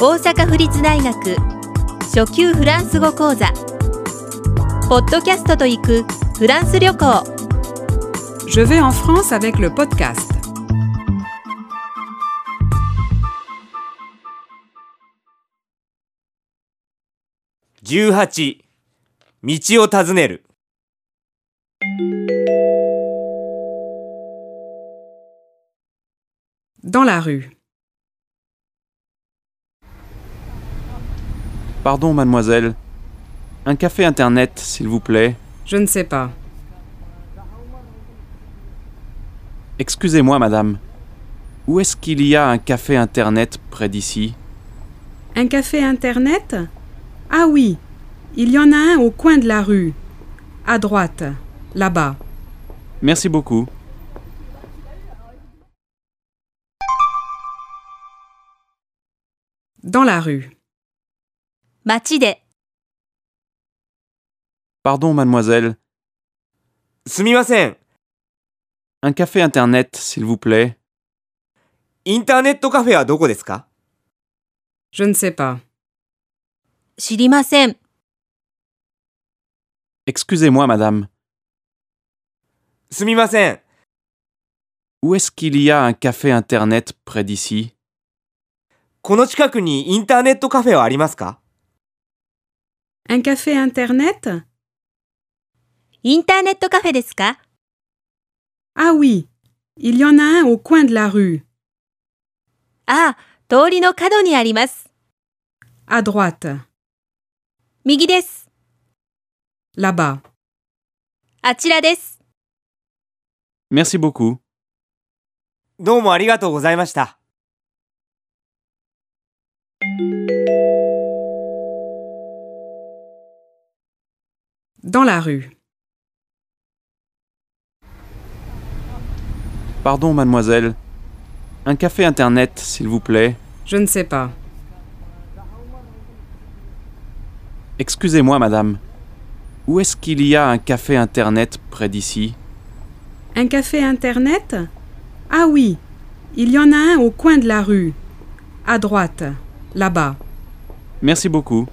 大阪府立大学初級フランス語講座ポッドキャストと行くフランス旅行 Je vais en France avec le podcast. 18道を尋ねる Dans la rue. Pardon, mademoiselle. Un café internet, s'il vous plaît. Je ne sais pas. Excusez-moi, madame. Où est-ce qu'il y a un café internet près d'ici Un café internet Ah oui, il y en a un au coin de la rue. À droite, là-bas. Merci beaucoup. Dans la rue. 街で Pardon, mademoiselle. すみません Un café internet, s'il vous plaît. インターネットカフェはどこですか Je ne sais pas. 知りません Excusez-moi, madame. すみません Où est-ce qu'il y a un café internet près d'ici この近くにインターネットカフェはありますか Un café internet インターネットカフェですか Ah oui, il y en a un au coin de la rue. ああ通りの角にあります À droite, 右です là-bas. あちらです Merci beaucoup. どうもありがとうございました Dans la rue. Pardon, mademoiselle. Un café internet, s'il vous plaît. Je ne sais pas. Excusez-moi, madame. Où est-ce qu'il y a un café internet près d'ici Un café internet Ah oui, il y en a un au coin de la rue. À droite, là-bas. Merci beaucoup.